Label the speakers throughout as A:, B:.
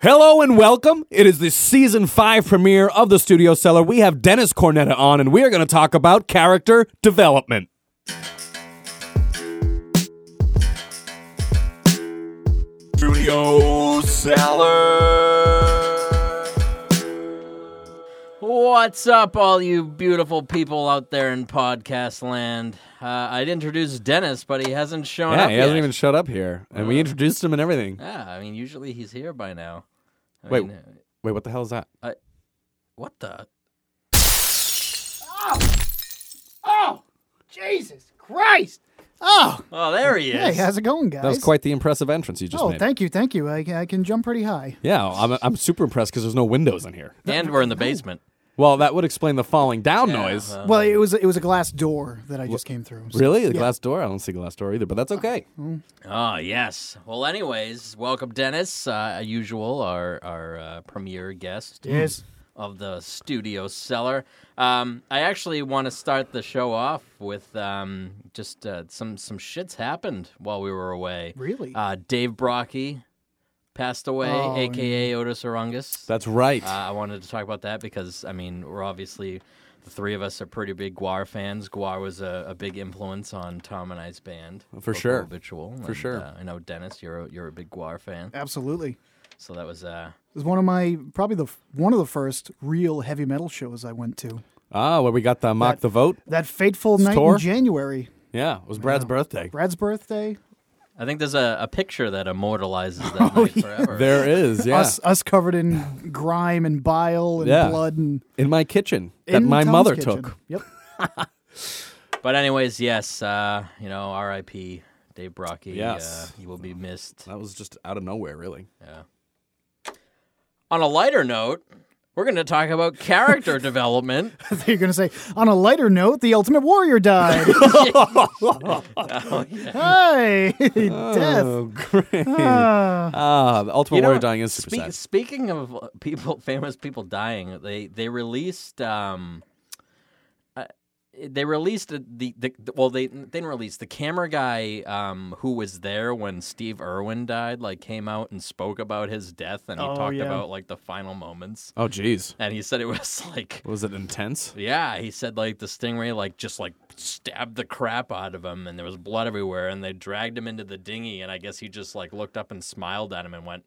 A: Hello and welcome. It is the season five premiere of The Studio Cellar. We have Dennis Cornetta on, and we are going to talk about character development.
B: Studio Cellar.
C: What's up, all you beautiful people out there in podcast land? Uh, I'd introduce Dennis, but he hasn't shown
A: Yeah,
C: up
A: he hasn't
C: yet.
A: even showed up here, and
D: Uh,
A: we introduced him and everything.
C: yeah, I mean, usually he's here by now. I
A: Wait.
C: mean, uh,
A: Wait, what the hell is that?
C: what the?
E: Oh, Jesus Christ!
D: Oh,
C: Oh, there he is.
D: hey, how's it going, guys?
A: That was quite the impressive entrance you just
D: Oh,
A: made.
D: thank you, thank you. I, I can jump pretty high.
A: yeah, I'm, I'm super impressed because there's no windows in here.
C: and we're in the basement. Uh-huh.
A: Well, that would explain the falling down noise.
D: Well, it was it was a glass door that I just came through. so-
A: Uh-huh. really? The glass door? I don't see glass door either, but that's okay.
D: Uh-huh.
C: Oh, yes. Well, anyways, welcome, Dennis. Uh, as usual, our our uh, premier guest
D: Yes.
C: of the studio cellar. Um, I actually want to start the show off with um, just uh, some some shits happened while we were away.
D: Really?
C: Uh, Dave Brocky passed away,
D: Oh,
C: aka Otis Orungus.
A: That's right.
C: Uh, I wanted to talk about that because I mean we're obviously the three of us are pretty big Guar fans. Guar was a, a big influence on Tom and I's band
A: For
C: Local
A: sure.
C: Habitual.
A: For
C: and,
A: sure.
C: uh, I know Dennis, you're a, you're a big Guar fan,
D: Absolutely. It
C: so that was uh,
D: was one of my probably the f- one of the first real heavy metal shows I went to.
A: ah, where we got the mock
D: that-
A: the vote.
D: That fateful night
A: Store?
D: in January,
A: Yeah, it was Brad's birthday.
D: Brad's birthday.
C: I think there's a, a picture that immortalizes that night forever.
A: Oh, There is, yeah.
D: Us us covered in grime and bile and
A: Yeah.
D: blood and
A: in my kitchen that
D: in
A: my
D: Tom's
A: mother
D: kitchen.
A: took.
D: Yep.
C: But anyways, yes, uh, you know, R.I.P. Dave Brocky.
A: Yes.
C: uh, he will be missed.
A: That was just out of nowhere, really.
C: On a lighter note, we're going to talk about character development.
D: You're gonna say on a lighter note, the Ultimate Warrior died.
C: Oh,
D: Hey, death.
A: Oh, great.
D: Ah.
A: Ah, the Ultimate
C: You know,
A: Warrior dying is super
C: spe-
A: sad.
C: Speaking of uh, people, famous people dying, they they released um, uh, they released the, the, the well they didn't release the camera guy um who was there when Steve Irwin died like came out and spoke about his death and he
D: Oh,
C: talked
D: yeah.
C: about like the final moments
A: Oh, jeez.
C: and he said it was like
A: Was it intense?
C: Yeah, he said like the stingray like just like stabbed the crap out of him, and there was blood everywhere, and they dragged him into the dinghy, and I guess he just like looked up and smiled at him and went,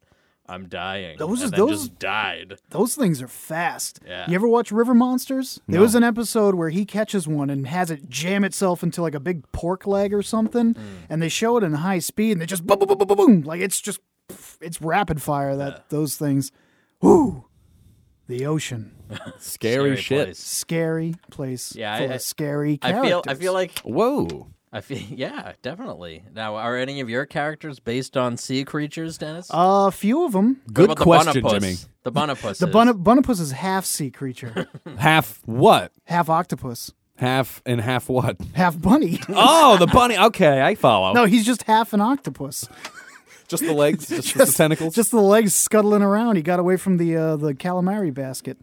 C: "I'm dying,"
D: Those-
C: and then
D: those-
C: just died.
D: Those things are fast.
C: Yeah.
D: You ever watch River Monsters? There was an episode where he catches one and has it jam itself into like a big pork leg or something,
C: Mm.
D: and they show it in high speed and they just boom, boom, boom, boom, boom, boom. Like it's just, pff, it's rapid fire that those things. Ooh, the ocean,
A: Scary, shit.
C: place.
D: scary place
C: Yeah,
D: full
C: I- I-
D: of scary
C: I
D: characters.
C: feel. I feel like.
A: Whoa.
C: I feel. Yeah, definitely. Now, are any of your characters based on sea creatures, Dennis? What
D: a few of them.
A: Good
C: about the
A: question,
C: Bunapus?
A: Jimmy.
C: The bunapus.
D: The bunna- Bunnipus is half sea creature,
A: Half what?
D: half octopus,
A: Half and half what?
D: half bunny.
A: Oh, the bunny. Okay, I follow.
D: no, he's just half an octopus.
A: Just the legs, just, just the tentacles.
D: Just the legs scuttling around. He got away from the uh, the calamari basket.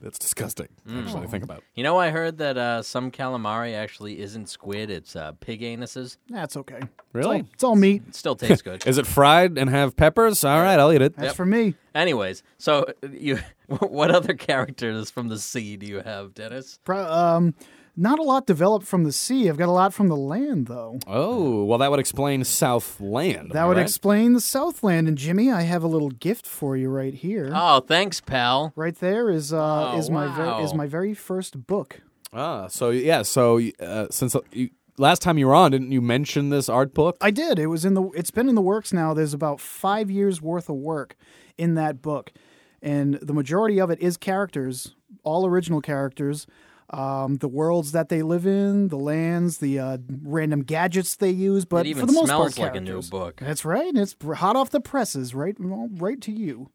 A: That's disgusting, actually, to think about.
C: You know, I heard that uh, some calamari actually isn't squid; it's uh, pig anuses.
D: That's okay.
A: Really?
D: It's all meat.
C: It still tastes good.
A: Is it fried and have peppers? All right, I'll eat it.
D: That's for me.
C: Anyways, so uh, you, what other characters from the sea do you have, Dennis?
D: Pro- um, not a lot developed from the sea. I've got a lot from the land, though.
A: Oh, well, that would explain Southland.
D: That would
A: right?
D: explain the Southland. And Jimmy, I have a little gift for you right here.
C: Oh, thanks, pal.
D: Right there is uh,
C: Oh,
D: is my ver- is
C: wow.
D: my very first book.
A: Ah, so yeah, so uh, since uh, you, last time you were on, didn't you mention this art book?
D: I did. It was in the. It's been in the works now. There's about five years worth of work in that book, and the majority of it is characters, all original characters, um, the worlds that they live in, the lands, the uh, random gadgets they use. But
C: it even
D: Uh, for the most
C: smells
D: part,
C: like a new
D: characters.
C: book.
D: That's right. and It's hot off the presses, right? Well, right to you.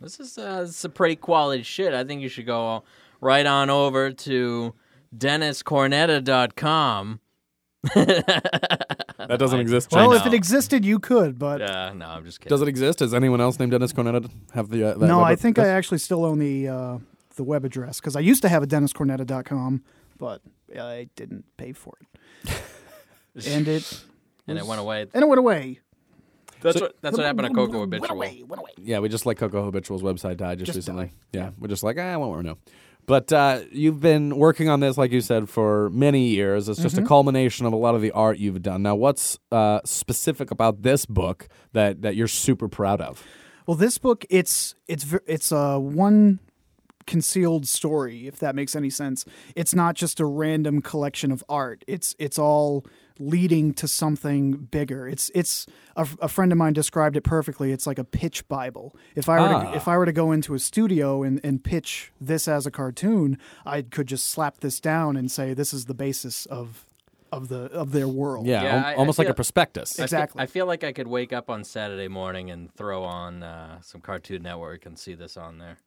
C: This is uh, this is some pretty quality shit. I think you should go right on over to DennisCornetta.com.
A: That doesn't exist.
D: Well,
A: James.
D: if it existed, you could, but
C: Uh, no, I'm just kidding.
A: Does it exist? Does anyone else named Dennis Cornetta have the? Uh, that
D: no,
A: web
D: I think I
A: address?
D: actually still own the uh, the web address because I used to have a DennisCornetta.com, but I didn't pay for it, and it
C: and it went away.
D: and it went away.
C: That's what that's what happened to Coco
D: Went
C: Habitual.
D: away, went away.
A: Yeah, we just let Coco Habitual's website die just,
D: Just
A: recently.
D: die.
A: Yeah. we're just like, ah, I won't know. But uh, you've been working on this, like you said, for many years. It's
D: Mm-hmm.
A: just a culmination of a lot of the art you've done. Now, what's uh, specific about this book that, that you're super proud of?
D: Well, this book it's it's ver- it's a one concealed story if that makes any sense. It's not just a random collection of art. It's it's all leading to something bigger. It's it's a, a friend of mine described it perfectly. It's like a pitch bible. If I were
A: Ah.
D: to, if I were to go into a studio and and pitch this as a cartoon, I could just slap this down and say this is the basis of of the of their world.
A: Yeah,
C: Yeah,
A: al-
C: I- I
A: almost like
C: feel-
A: a prospectus.
C: I fe-
D: Exactly.
C: I feel like I could wake up on Saturday morning and throw on uh, some Cartoon Network and see this on there.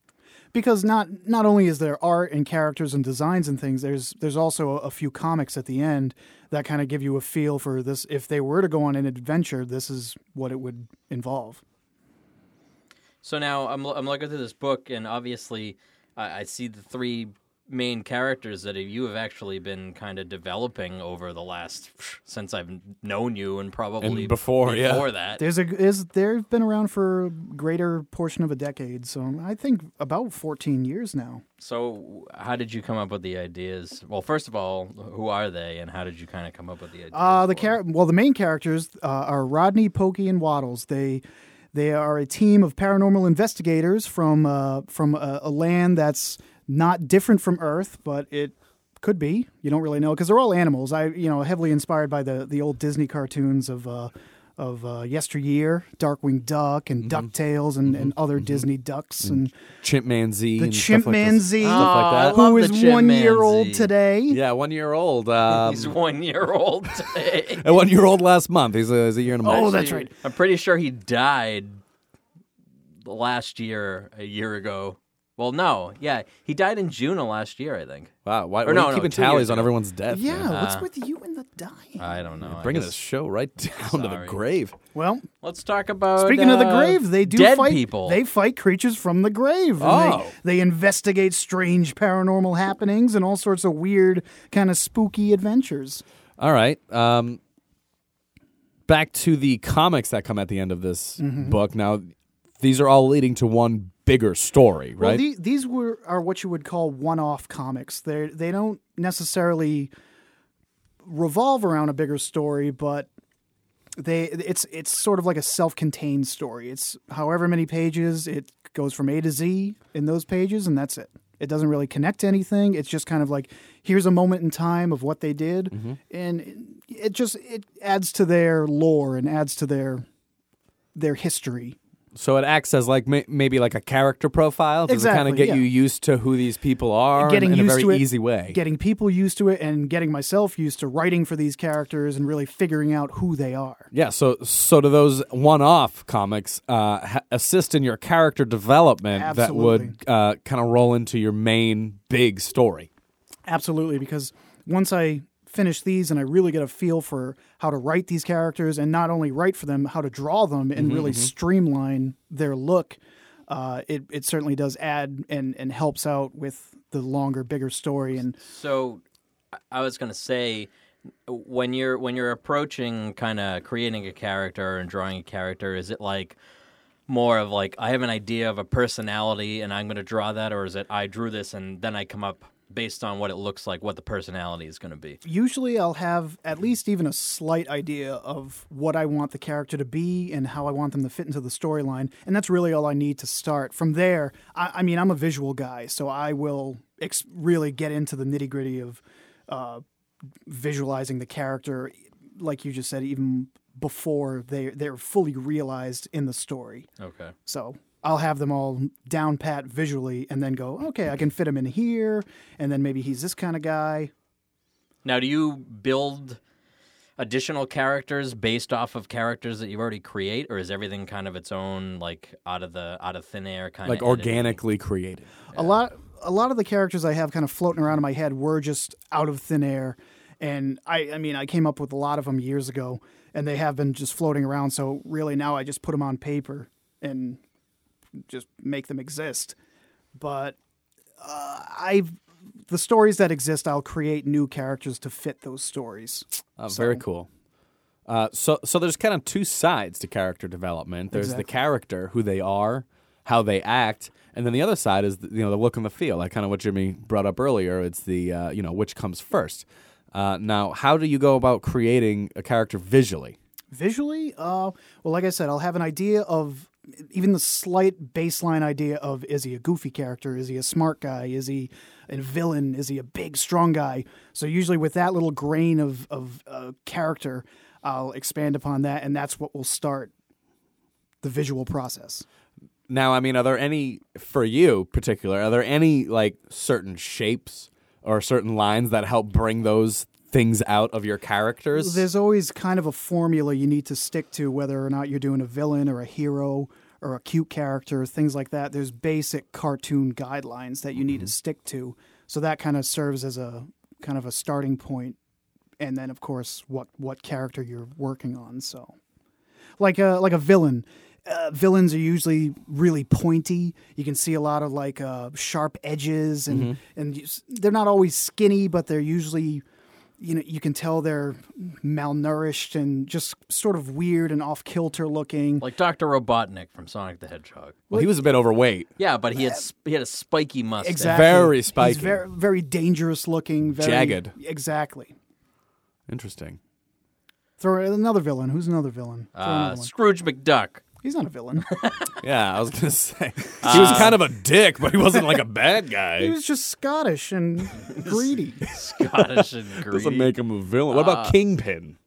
D: because not not only is there art and characters and designs and things there's there's also a, a few comics at the end that kind of give you a feel for this if they were to go on an adventure this is what it would involve
C: So now I'm, lo- I'm looking through this book, and obviously I, I see the three main characters that you have actually been kind of developing over the last since I've known you and probably
A: And before, yeah.
C: before that.
D: there's a is they've been around for a greater portion of a decade so i think about 14 years now
C: So how did you come up with the ideas? Well, first of all, who are they, and how did you kind of come up with the ideas?
D: Uh, the
C: for
D: char- well, the main characters uh, are Rodney, Pokey, and Waddles. They they are a team of paranormal investigators from uh, from a, a land that's not different from Earth, but it could be. You don't really know because they're all animals. I you know heavily inspired by the the old Disney cartoons of. Uh, of uh, yesteryear, Darkwing Duck and
A: Mm-hmm.
D: Ducktales and, and other Disney ducks and
A: Chimpanzee.
D: the
A: and stuff like this-
D: chimpanzee,
A: stuff like that.
C: I love
D: who
C: the
D: is one year old
C: chimpanzee.
D: today.
A: Yeah, one year old. Um,
C: He's one year old today.
A: a one year old last month. He's a, he's a year and a month.
D: Oh, that's
C: Actually,
D: right.
C: I'm pretty sure he died last year, a year ago. Well, no, yeah, he died in June of last year, I think.
A: wow. Why,
C: Or
A: why are
C: no,
A: you
C: no,
A: keeping
C: two years
A: tallies on
C: ago.
A: everyone's death?
D: Yeah,
A: man?
D: what's with you and the dying?
A: Uh-huh.
C: I don't know. I
A: Bringing
C: guess-
A: this show right down to the
C: Sorry.
A: grave.
D: well,
C: Let's talk about.
D: Speaking of the
C: uh,
D: grave, they do
C: dead
D: fight
C: people.
D: They fight creatures from the grave. and
A: Oh.
D: they, they investigate strange paranormal happenings and all sorts of weird, kind of spooky adventures.
A: All right. Um, back to the comics that come at the end of this
D: Mm-hmm.
A: book. Now, these are all leading to one bigger story,
D: Well,
A: right?
D: the- these were are what you would call one-off comics. They they don't necessarily revolve around a bigger story, but they it's it's sort of like a self-contained story. It's however many pages it goes from A to Z in those pages, and that's it. It doesn't really connect to anything. It's just kind of like here's a moment in time of what they did, and it just it adds to their lore and adds to their their history.
A: so it acts as like may- maybe like a character profile. Does it kind
D: Exactly,
A: of get
D: yeah.
A: you used to who these people are in,
D: getting
A: in
D: used
A: a very
D: to it,
A: easy way?
D: getting people used to it, and getting myself used to writing for these characters and really figuring out who they are.
A: yeah, so so do those one-off comics uh, ha- assist in your character development that would uh, kind of roll into your main big story?
D: Absolutely, because once I finish these and I really get a feel for how to write these characters, and not only write for them, how to draw them, and really streamline their look. Uh, it it certainly does add and and helps out with the longer, bigger story and
C: So, I- I was gonna say, when you're when you're approaching kind of creating a character and drawing a character, is it like more of like I have an idea of a personality and I'm gonna draw that, or is it I drew this and then I come up based on what it looks like, what the personality is gonna be?
D: usually I'll have at least even a slight idea of what I want the character to be and how I want them to fit into the storyline. And that's really all I need to start. From there, I, I mean, I'm a visual guy, so I will ex- really get into the nitty gritty of uh, visualizing the character, like you just said, even before they, they're fully realized in the story.
C: Okay.
D: So I'll have them all down pat visually and then go, okay, I can fit him in here. And then maybe he's this kind of guy.
C: Now, do you build additional characters based off of characters that you already create, or is everything kind of its own, like out of the out of thin air kind
A: Like
C: of
A: organically created.
D: a lot a lot of the characters I have kind of floating around in my head were just out of thin air and I I mean I came up with a lot of them years ago and they have been just floating around so really now I just put them on paper and just make them exist but uh, I've the stories that exist I'll create new characters to fit those stories
A: Oh, very Uh, cool. Uh, so, so there's kind of two sides to character development. There's the character, who they are, how they act, and then the other side is you know the look and the feel, like kind of what Jimmy brought up earlier. It's the uh, you know which comes first. Uh, now, how do you go about creating a character visually?
D: Visually, uh, well, like I said, I'll have an idea of even the slight baseline idea of is he a goofy character? Is he a smart guy? Is he a villain? Is he a big, strong guy? So, usually, with that little grain of, of uh, character, I'll expand upon that, and that's what will start the visual process.
A: Now, I mean, are there any for you particular? Are there any like certain shapes or certain lines that help bring those things out of your characters?
D: There's always kind of a formula you need to stick to, whether or not you're doing a villain or a hero or a cute character, things like that. There's basic cartoon guidelines that you need to stick to. So that kind of serves as a kind of a starting point, and then of course what what character you're working on. So, like a like a villain. Uh, villains are usually really pointy. You can see a lot of like uh, sharp edges, and and you, s- they're not always skinny, but they're usually you know you can tell they're malnourished and just sort of weird and off kilter looking.
C: Like Dr. Robotnik from Sonic the Hedgehog.
A: well, he was a bit overweight.
C: Yeah, but he had sp- he had a spiky mustache.
D: exactly,
A: Very
D: He's
A: spiky.
D: very very dangerous looking, very,
A: Jagged.
D: Exactly.
A: Interesting.
D: Throw another villain. Who's another villain? Throw
C: Uh,
D: another one.
C: Scrooge McDuck.
D: He's not a villain.
A: Yeah, I was gonna say he was kind of a dick, but he wasn't like a bad
D: he
A: guy.
D: was just Scottish and greedy.
C: Scottish and greedy.
A: Doesn't make him a villain. What about Kingpin?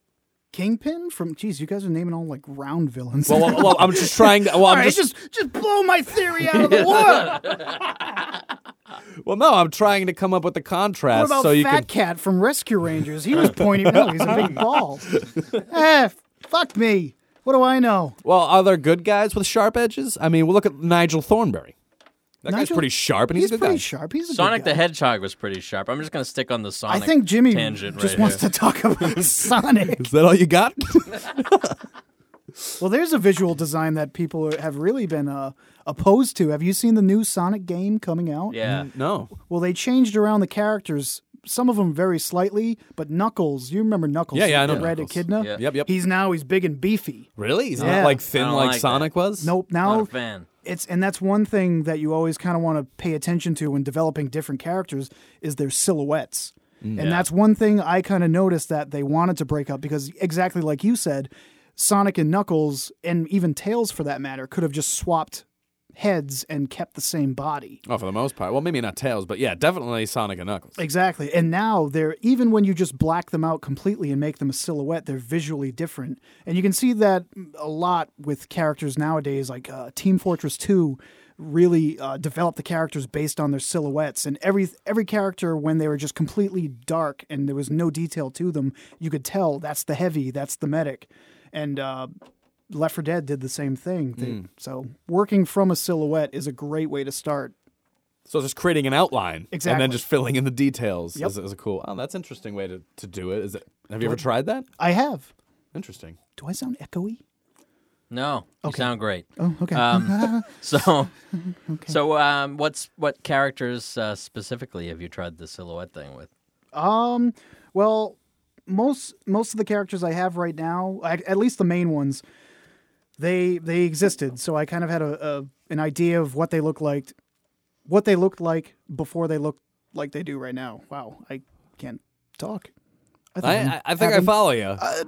D: Kingpin from. Geez, you guys are naming all like round villains.
A: Well, well, well, I'm just trying. Well, I'm
E: Alright,
A: just,
E: just just blow my theory out of the water.
A: well, no, I'm trying to come up with the
D: what
A: contrast
D: about
A: so you
D: Fat
A: can.
D: Cat from Rescue Rangers? He was pointing. no, he's a big ball. eh, fuck me. What do I know?
A: Well, are there good guys with sharp edges? I mean, well, look at Nigel Thornberry. That guy's
D: Nigel-
A: pretty sharp, and he's,
D: He's
A: a good
D: pretty
A: guy.
D: sharp. He's a good
C: Sonic
D: guy.
C: the Hedgehog was pretty sharp. I'm just gonna stick on the
D: I
C: Sonic.
D: think Jimmy
C: tangent
D: just
C: right
D: wants
C: here.
D: to talk about Sonic.
A: Is that all you got?
D: Well, there's a visual design that people are- have really been uh, opposed to. Have you seen the new Sonic game coming out?
C: Yeah,
A: no.
D: Well, they changed around the characters, some of them very slightly, but Knuckles, you remember Knuckles?
A: Yeah, yeah, I
D: the
A: know
D: Red
A: Knuckles.
D: Echidna?
C: Yeah.
A: Yep, yep.
D: He's now he's big and beefy.
A: Really? He's
D: Yeah.
A: not like
C: I
A: thin
C: don't
A: like,
C: like that.
A: Sonic was.
D: Nope.
C: not a
D: Now
C: fan.
D: it's and that's one thing that you always kind of want to pay attention to when developing different characters is their silhouettes.
C: Mm.
D: And that's one thing I kind of noticed that they wanted to break up because exactly like you said, Sonic and Knuckles and even Tails for that matter could have just swapped heads and kept the same body.
A: Oh, for the most part. Well, maybe not Tails, but yeah, definitely Sonic and Knuckles.
D: Exactly. And now they're even when you just black them out completely and make them a silhouette, they're visually different. And you can see that a lot with characters nowadays, like uh, Team Fortress Two, really uh, developed the characters based on their silhouettes. And every every character when they were just completely dark and there was no detail to them, you could tell that's the heavy, that's the medic, and. Uh, Left 4 Dead did the same thing. They- So, working from a silhouette is a great way to start.
A: So just creating an outline, and
D: Exactly.
A: then just filling in the details
D: Yep.
A: is, is a cool. Oh, that's an interesting way to, to do it. Is it? Have you ever tried that?
D: I have.
A: Interesting.
D: Do I sound echoey?
C: No, you sound great.
D: Oh, okay.
C: So, so um, what's what characters uh, specifically have you tried the silhouette thing with?
D: Um, well, most most of the characters I have right now, at, at least the main ones, they they existed, so I kind of had a, a an idea of what they looked like, what they looked like before they looked like they do right now. Wow, I can't talk.
A: I,
D: I'm
A: I, I think I
D: having-
A: follow you.
D: Uh,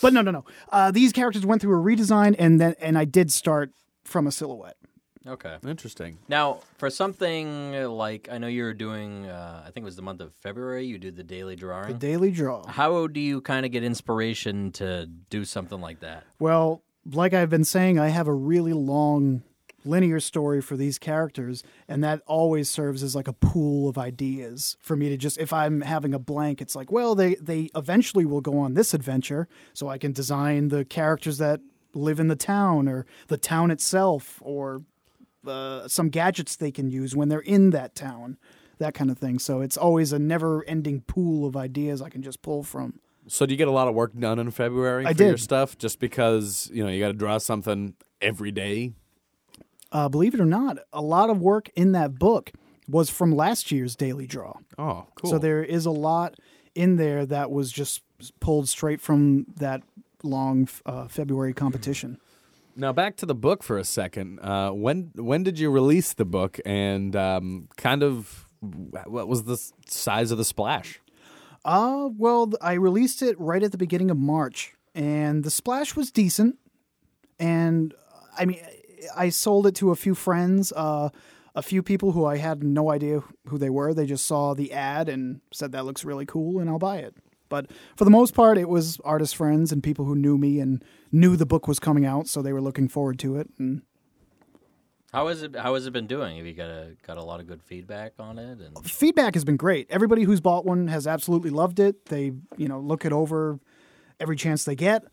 D: but no, no, no. Uh, these characters went through a redesign, and then and I did start from a silhouette.
C: Okay.
A: Interesting.
C: Now, for something like I know you were doing, uh, I think it was the month of February. You did the daily drawing.
D: The daily draw.
C: How do you kind of get inspiration to do something like that?
D: Well, like I've been saying, I have a really long linear story for these characters, and that always serves as like a pool of ideas for me to just if I'm having a blank, it's like, well, they they eventually will go on this adventure, so I can design the characters that live in the town or the town itself or uh, some gadgets they can use when they're in that town, that kind of thing. So it's always a never-ending pool of ideas I can just pull from.
A: So do you get a lot of work done in February
D: I
A: for your
D: did.
A: stuff? Just because you know you got to draw something every day.
D: uh, believe it or not, a lot of work in that book was from last year's Daily Draw.
A: Oh, cool.
D: So there is a lot in there that was just pulled straight from that long uh, February competition.
A: Now back to the book for a second. Uh, when when did you release the book, and um, kind of what was the s- size of the splash?
D: Uh, well, th- I released it right at the beginning of March, and the splash was decent. And uh, I mean, I sold it to a few friends, uh, a few people who I had no idea who they were. They just saw the ad and said, that looks really cool, and I'll buy it. But for the most part, it was artist friends and people who knew me and knew the book was coming out, so they were looking forward to it. And
C: How is it? How has it been doing? Have you got a got a lot of good feedback on it? And
D: feedback has been great. Everybody who's bought one has absolutely loved it. They, you know, look it over every chance they get.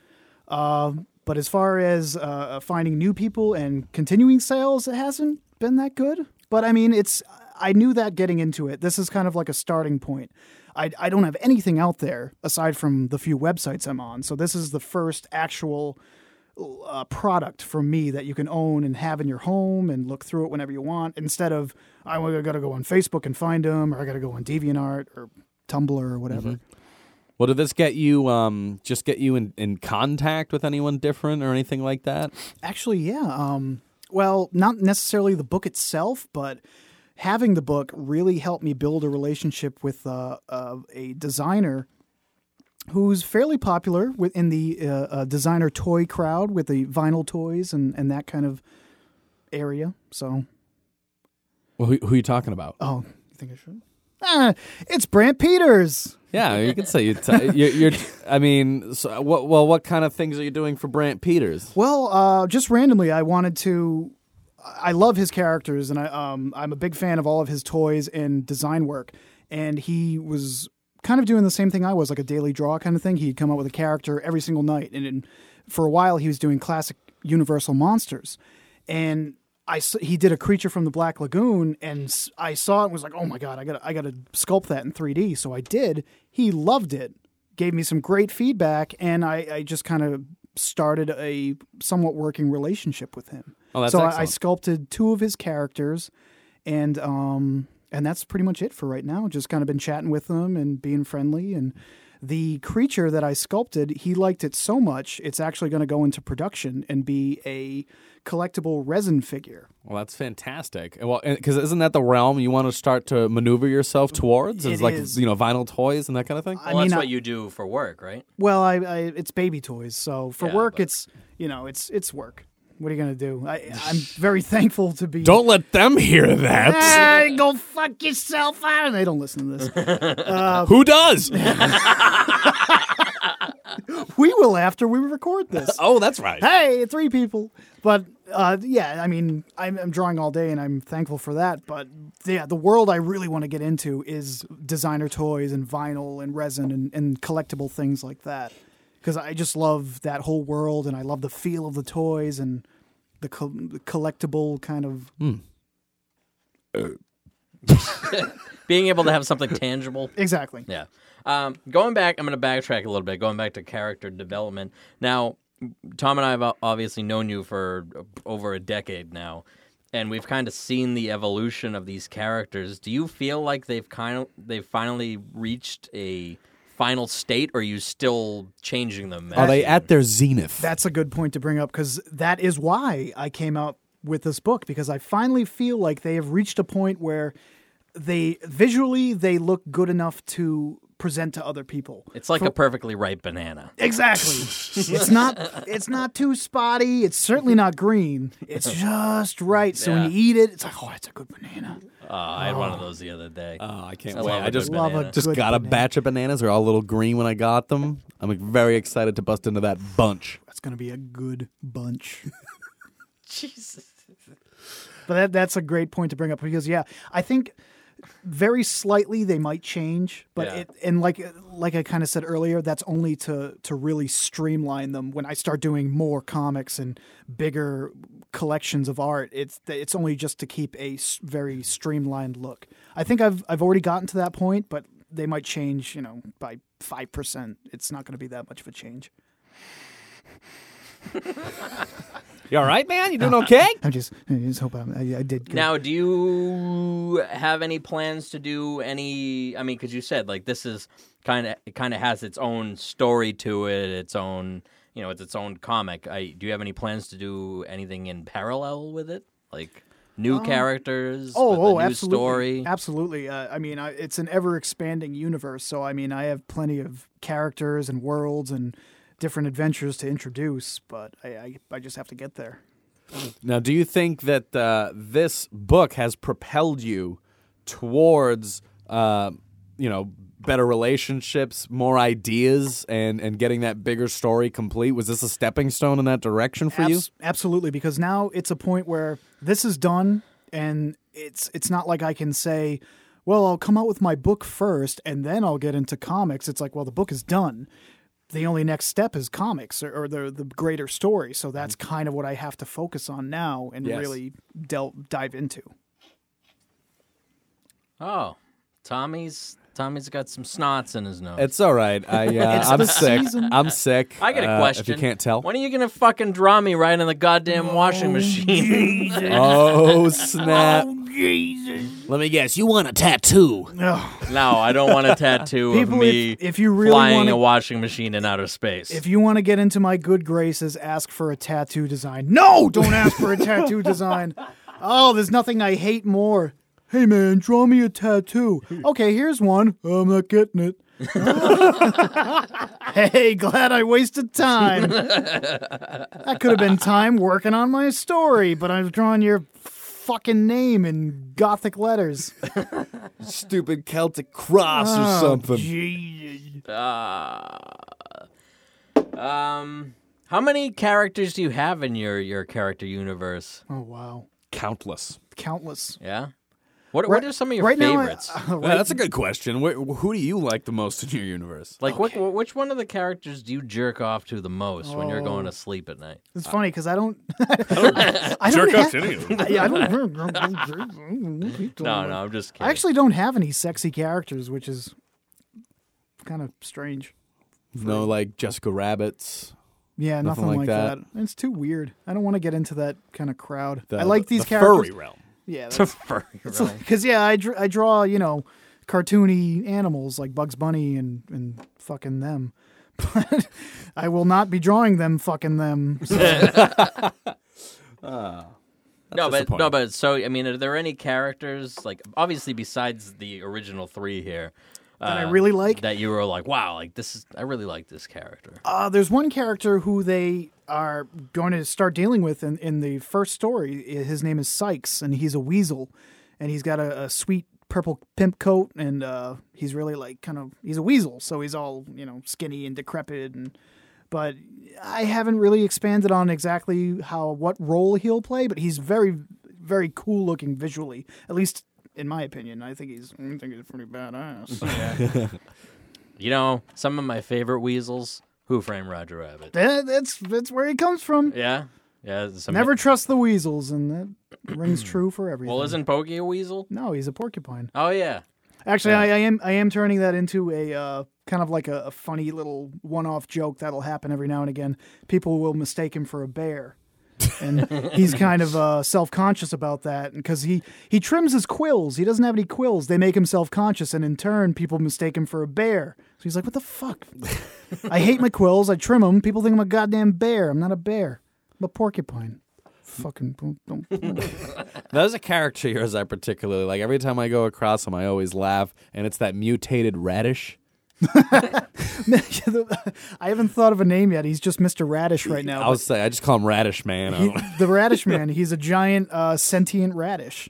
D: Uh, but as far as uh, finding new people and continuing sales, it hasn't been that good. But I mean, it's I knew that getting into it. This is kind of like a starting point. I, I don't have anything out there aside from the few websites I'm on. So this is the first actual uh, product from me that you can own and have in your home and look through it whenever you want instead of I got to go on Facebook and find them or I got to go on DeviantArt or Tumblr or whatever.
A: Well, did this get you um, just get you in, in contact with anyone different or anything like that?
D: Actually, yeah. Um, well, not necessarily the book itself, but having the book really helped me build a relationship with uh, uh, a designer who's fairly popular within the uh, uh, designer toy crowd with the vinyl toys and, and that kind of area. So,
A: Well, who, who are you talking about?
D: oh, you think I should? Ah, it's Brant Peters.
A: Yeah, you can say you t- you're, you're. I mean, so what? Well, what kind of things are you doing for Brant Peters?
D: Well, uh, just randomly, I wanted to. I love his characters, and I, um, I'm a big fan of all of his toys and design work. And he was kind of doing the same thing I was, like a daily draw kind of thing. He'd come up with a character every single night, and in, for a while, he was doing classic Universal monsters. And I s- he did a creature from the Black Lagoon, and s- I saw it and was like, oh my god, I got to I got to sculpt that in 3D. So I did. He loved it, gave me some great feedback, and I, I just kind of started a somewhat working relationship with him.
A: Oh, that's
D: so I, I
A: excellent.
D: sculpted two of his characters, and um and that's pretty much it for right now. Just kind of been chatting with him and being friendly and. The creature that I sculpted, he liked it so much, it's actually going to go into production and be a collectible resin figure.
A: Well, that's fantastic. And Well, because isn't that the realm you want to start to maneuver yourself towards? Is
D: It
A: like
D: is.
A: you know vinyl toys and that kind of thing.
C: well, that's
D: mean, I-
C: what you do for work, right?
D: Well, I, I it's baby toys, so for
C: Yeah,
D: work,
C: but-
D: it's you know, it's it's work. What are you gonna do? I, I'm very thankful to be.
A: Don't let them hear that.
D: Ah, go fuck yourself out. They don't listen to this.
A: Who does?
D: we will after we record this.
A: oh, that's right.
D: Hey, three people. But uh, yeah, I mean, I'm, I'm drawing all day, and I'm thankful for that. But yeah, the world I really want to get into is designer toys and vinyl and resin and, and collectible things like that. Because I just love that whole world, and I love the feel of the toys and the, co- the collectible kind of
C: Being able to have something tangible.
D: exactly.
C: Yeah. Um, going back, I'm going to backtrack a little bit. Going back to character development. Now, Tom and I have o- obviously known you for uh, over a decade now, and we've kind of seen the evolution of these characters. Do you feel like they've kind of they've finally reached a final state, or are you still changing them?
A: Are
C: as
A: they
C: you-
A: at their zenith?
D: That's a good point to bring up because that is why I came out with this book because I finally feel like they have reached a point where they visually they look good enough to present to other people.
C: It's like a perfectly ripe banana.
D: Exactly. it's not it's not too spotty, it's certainly not green. It's just right. So
C: Yeah.
D: when you eat it, it's like, "Oh, that's a good banana."
C: Uh, I had one of those the other day.
A: oh, I can't
C: I
A: wait.
C: love a
A: I just
C: good
D: love a
C: banana.
A: just
D: good
A: got a
D: banana.
A: batch of bananas. They're all a little green when I got them. I'm like, very excited to bust into that bunch.
D: That's going to be a good bunch.
C: Jesus.
D: But that, that's a great point to bring up because yeah, I think very slightly they might change, but
C: Yeah.
D: it, and like like I kind of said earlier, that's only to to really streamline them. When I start doing more comics and bigger collections of art, it's it's only just to keep a s- very streamlined look. I think I've I've already gotten to that point, but they might change, you know, by five percent. It's not going to be that much of a change.
A: You all right, man? You doing okay?
D: I'm just, I just hope I'm, I, I did. Good.
C: Now, do you have any plans to do any? I mean, because you said like this is kind of it kind of has its own story to it, its own you know, it's its own comic. I do you have any plans to do anything in parallel with it, like new characters?
D: Um, oh,
C: with a
D: oh,
C: new
D: absolutely,
C: Story.
D: absolutely. Uh, I mean, I, it's an ever expanding universe, so I mean, I have plenty of characters and worlds and different adventures to introduce, but I, I, I just have to get there.
A: Now, do you think that uh, this book has propelled you towards, uh, you know, better relationships, more ideas, and and getting that bigger story complete? Was this a stepping stone in that direction for you?
D: Abs- Absolutely, because now it's a point where this is done, and it's it's not like I can say, "Well, I'll come out with my book first, and then I'll get into comics." It's like, well, the book is done. The only next step is comics or, or the the greater story. So that's kind of what I have to focus on now and
A: Mm. Yes.
D: really del- dive into.
C: Oh, Tommy's Tommy's got some snots in his nose.
A: It's all right. I, uh, I'm sick. I'm sick.
C: I got a
A: Uh,
C: question.
A: If you can't tell.
C: when are you gonna fucking draw me right in the goddamn washing machine?
A: Oh snap! Let me guess. You want a tattoo?
C: no, I don't want a tattoo of
D: People,
C: me
D: if, if you really
C: flying
D: want
C: a
D: to,
C: washing machine in outer space.
D: if you want to get into my good graces, ask for a tattoo design. No, don't ask for a tattoo design. Oh, there's nothing I hate more. Hey man, draw me a tattoo. Okay, here's one. I'm not getting it. hey, glad I wasted time. That could have been time working on my story, but I've drawn your fucking name in gothic letters.
A: Stupid Celtic cross or
D: Oh,
A: something.
C: um, how many characters do you have in your your character universe?
D: Oh wow.
A: Countless.
D: Countless.
C: Yeah. What, what are some of your
D: right now uh, I-
C: favorites?
A: Yeah, that's a good question. Wh- who do you like the most in your universe?
C: Like, what, which one of the characters do you jerk off to the most when you're going
D: Oh.
C: to sleep at night?
D: It's funny because Uh, I don't. I don't
B: jerk
D: have-
B: off to any of them.
D: Yeah, I don't.
C: No, no, I'm just kidding.
D: I actually don't have any sexy characters, which is kind of strange.
A: No, like Jessica Rabbits.
D: Yeah,
A: Nothing
D: nothing,
A: like
D: like,
A: that.
D: that. It's too weird. I don't want to get into that kind of crowd.
A: The,
D: I like these
A: the
D: characters.
A: Furry realm.
D: Yeah,
C: it's a furry realm.
D: because yeah, I, dr- I draw you know cartoony animals like Bugs Bunny and and fucking them, but I will not be drawing them fucking them.
C: no, but no,
A: disappointing.
C: but so I mean, are there any characters like obviously besides the original three here
D: That I really like?
C: that you were like, wow, like this is I really like this character.
D: Uh, there's one character who they are going to start dealing with in, in the first story. I- His name is Sykes, and he's a weasel, and he's got a, a sweet purple pimp coat, and uh, he's really like kind of he's a weasel, so he's all you know skinny and decrepit, and but I haven't really expanded on exactly how what role he'll play, but he's very very cool looking visually, at least in my opinion. I think he's I think he's pretty badass.
C: You know, some of my favorite weasels. Who framed Roger Rabbit?
D: That- that's that's where he comes from.
C: Yeah, yeah. some-
D: Never trust the weasels, and that rings true for everything.
C: Well, isn't Pokey a weasel?
D: No, he's a porcupine.
C: Oh yeah.
D: Actually, I, I am I am turning that into a uh, kind of like a, a funny little one-off joke that'll happen every now and again. People will mistake him for a bear, and he's kind of uh, self-conscious about that because he he trims his quills. He doesn't have any quills. They make him self-conscious, and in turn, people mistake him for a bear. So he's like, "What the fuck? I hate my quills. I trim them. People think I'm a goddamn bear. I'm not a bear. I'm a porcupine." Fucking don't, don't
A: There's a character of yours I particularly like. Every time I go across him, I always laugh, and it's that mutated radish.
D: I haven't thought of a name yet. He's just Mr. Radish right now.
A: I was say I just call him Radish Man. I
D: He-
A: don't know.
D: the radish man. He's a giant uh, sentient radish,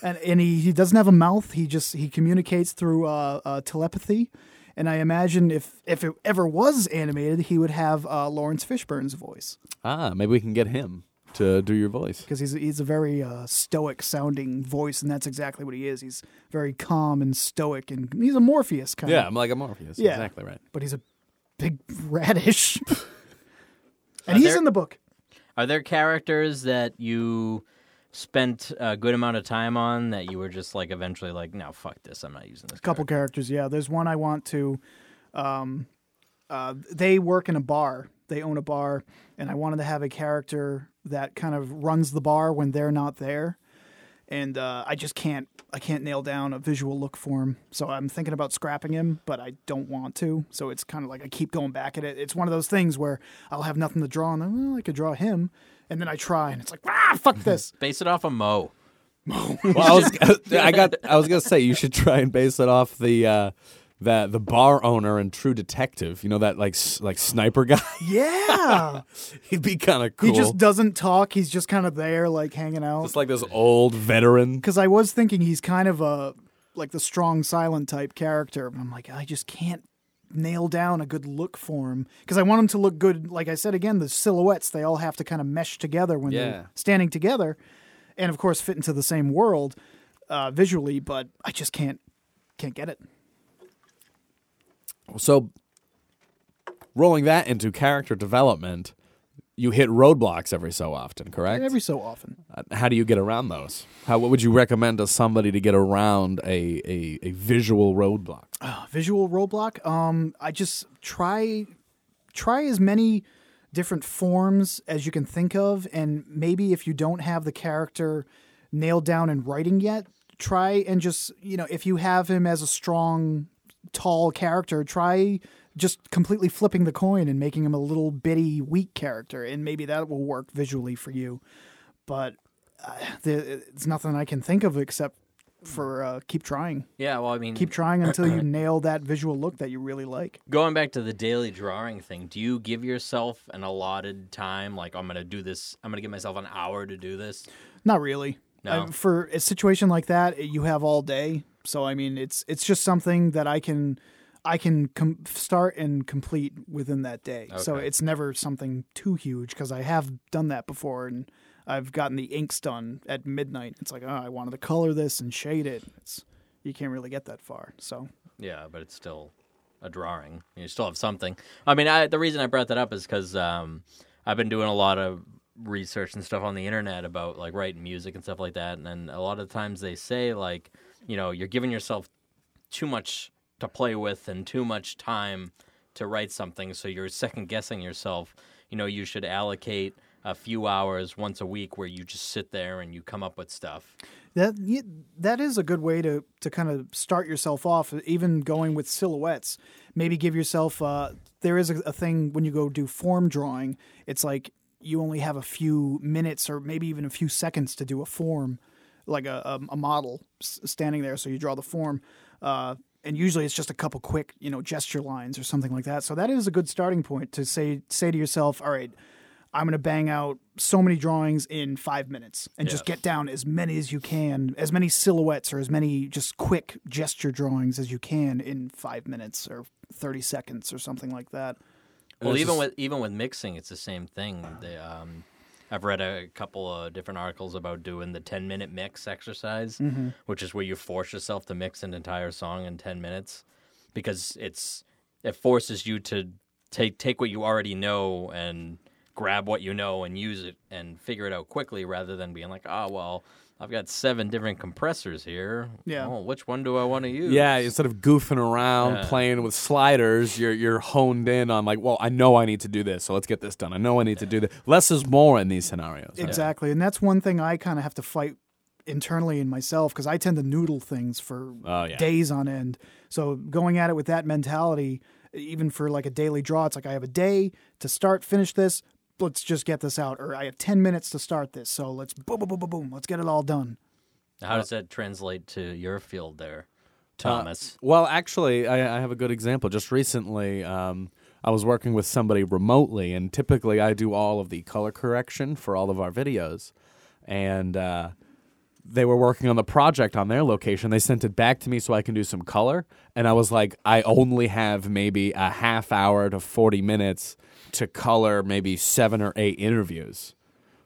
D: and and he, he doesn't have a mouth. He just he communicates through uh, uh, telepathy. And I imagine if if it ever was animated, he would have uh, Lawrence Fishburne's voice
A: ah, maybe we can get him to do your voice.
D: because he's he's a very uh, stoic sounding voice, and that's exactly what he is. He's very calm and stoic, and he's a Morpheus kind
A: Yeah,
D: of.
A: I'm like a Morpheus.
D: Yeah.
A: Exactly right.
D: but he's a big radish,
A: Uh,
D: and he's
C: there-
D: in the book.
C: Are there characters that you spent a good amount of time on that you were just like eventually like, no, fuck this, I'm not using this.
D: couple characters. Yeah, there's one I want to. Um, uh, they work in a bar. They own a bar, and I wanted to have a character that kind of runs the bar when they're not there. And uh, I just can't I can't nail down a visual look for him. So I'm thinking about scrapping him, but I don't want to. So it's kind of like I keep going back at it. It's one of those things where I'll have nothing to draw and then well, I could draw him. And then I try and it's like, ah, fuck this.
C: Base it off a Mo.
A: Well, I was I got I was gonna say you should try and base it off the uh, that the bar owner and True Detective. You know that like s- like sniper guy.
D: Yeah.
A: He'd be kind of cool.
D: He just doesn't talk. He's just kind of there, like hanging out.
A: Just like this old veteran.
D: Because I was thinking he's kind of a like the strong, silent type character. But I'm like, I just can't nail down a good look for him because I want him to look good. Like I said again, the silhouettes they all have to kind of mesh together when
A: Yeah.
D: they're standing together, and of course fit into the same world uh, visually. But I just can't can't get it.
A: So rolling that into character development, you hit roadblocks every so often, correct?
D: Every so often,
A: Uh, How do you get around those? How what would you recommend to somebody to get around a a, a visual roadblock?
D: Uh, visual roadblock. Um, I just try try as many different forms as you can think of and maybe if you don't have the character nailed down in writing yet try and just you know if you have him as a strong tall character try just completely flipping the coin and making him a little bitty weak character and maybe that will work visually for you but uh, the, it's nothing i can think of except for uh, keep trying
C: Yeah, well, I mean,
D: keep trying until you nail that visual look that you really like
C: going back to the daily drawing thing, do you give yourself an allotted time? Like, I'm going to do this, I'm going to give myself an hour to do this?
D: Not really.
C: No.
D: I- for a situation like that, you have all day. So I mean, it's it's just something that I can I can com- start and complete within that day. So
C: Okay.
D: it's never something too huge because I have done that before and I've gotten the inks done at midnight. It's like, oh, I wanted to color this and shade it. It's you can't really get that far. So
C: Yeah, but it's still a drawing. You still have something. I mean, I, the reason I brought that up is because um, I've been doing a lot of research and stuff on the internet about like writing music and stuff like that. And then a lot of times they say like, you know, you're giving yourself too much to play with and too much time to write something, so you're second guessing yourself. You know, you should allocate a few hours once a week where you just sit there and you come up with stuff.
D: That ye- that is a good way to to kind of start yourself off, even going with silhouettes. Maybe give yourself. Uh, there is a, a thing when you go do form drawing. It's like you only have a few minutes, or maybe even a few seconds, to do a form, like a um, a, a model s- standing there. So you draw the form. Uh, and usually it's just a couple quick, you know, gesture lines or something like that. So that is a good starting point to say say to yourself, all right, I'm going to bang out so many drawings in five minutes and just get down as many as you can, as many silhouettes or as many just quick gesture drawings as you can in five minutes or 30 seconds or something like that.
C: Well,
A: It's
C: even
A: just-
C: with even with mixing, it's the same thing. They, um, I've read a couple of different articles about doing the ten minute mix exercise, which is where you force yourself to mix an entire song in ten minutes, because it's it forces you to take take what you already know and grab what you know and use it and figure it out quickly, rather than being like, oh well, I've got seven different compressors here.
D: Yeah.
C: Oh, which one do I want to use?
A: Yeah, instead of goofing around
C: Yeah.
A: playing with sliders, you're you're honed in on like, well, I know I need to do this, so let's get this done. I know I need to do this. Less is more in these scenarios. right?
D: Exactly. And that's one thing I kind of have to fight internally in myself because I tend to noodle things for
A: Oh, yeah.
D: days on end. So going at it with that mentality, even for like a daily draw, it's like I have a day to start, finish this. Let's just get this out, or I have ten minutes to start this. So let's boom, boom, boom, boom, boom. Let's get it all done.
C: How does that translate to your field there, Thomas?
A: Well, actually, I, I have a good example. Just recently, um, I was working with somebody remotely, and typically I do all of the color correction for all of our videos. And uh, they were working on the project on their location. They sent it back to me so I can do some color. And I was like, I only have maybe a half hour to 40 minutes to color maybe seven or eight interviews.